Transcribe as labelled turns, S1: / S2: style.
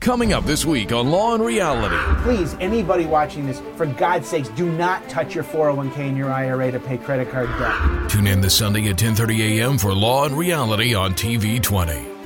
S1: Coming up this week on Law and Reality.
S2: Please, anybody watching this, for God's sakes, do not touch your 401k and your IRA to pay credit card debt.
S1: Tune in this Sunday at 10:30 a.m. for Law and Reality on TV 20.